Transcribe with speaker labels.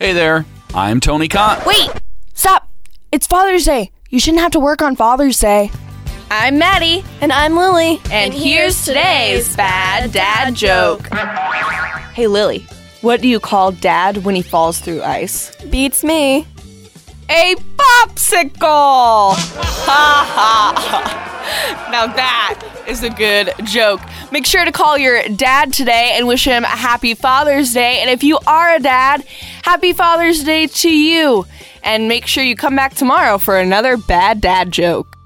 Speaker 1: Hey there, I'm Tony Cott.
Speaker 2: Wait! Stop! It's Father's Day. You shouldn't have to work on Father's Day.
Speaker 3: I'm Maddie,
Speaker 4: And I'm Lily.
Speaker 3: and here's today's bad dad joke. Hey, Lily, what do you call dad when he falls through ice?
Speaker 4: Beats me.
Speaker 3: A popsicle! Ha ha! Now that is a good joke. Make sure to call your dad today and wish him a happy Father's Day. And if you are a dad, happy Father's Day to you. And make sure you come back tomorrow for another bad dad joke.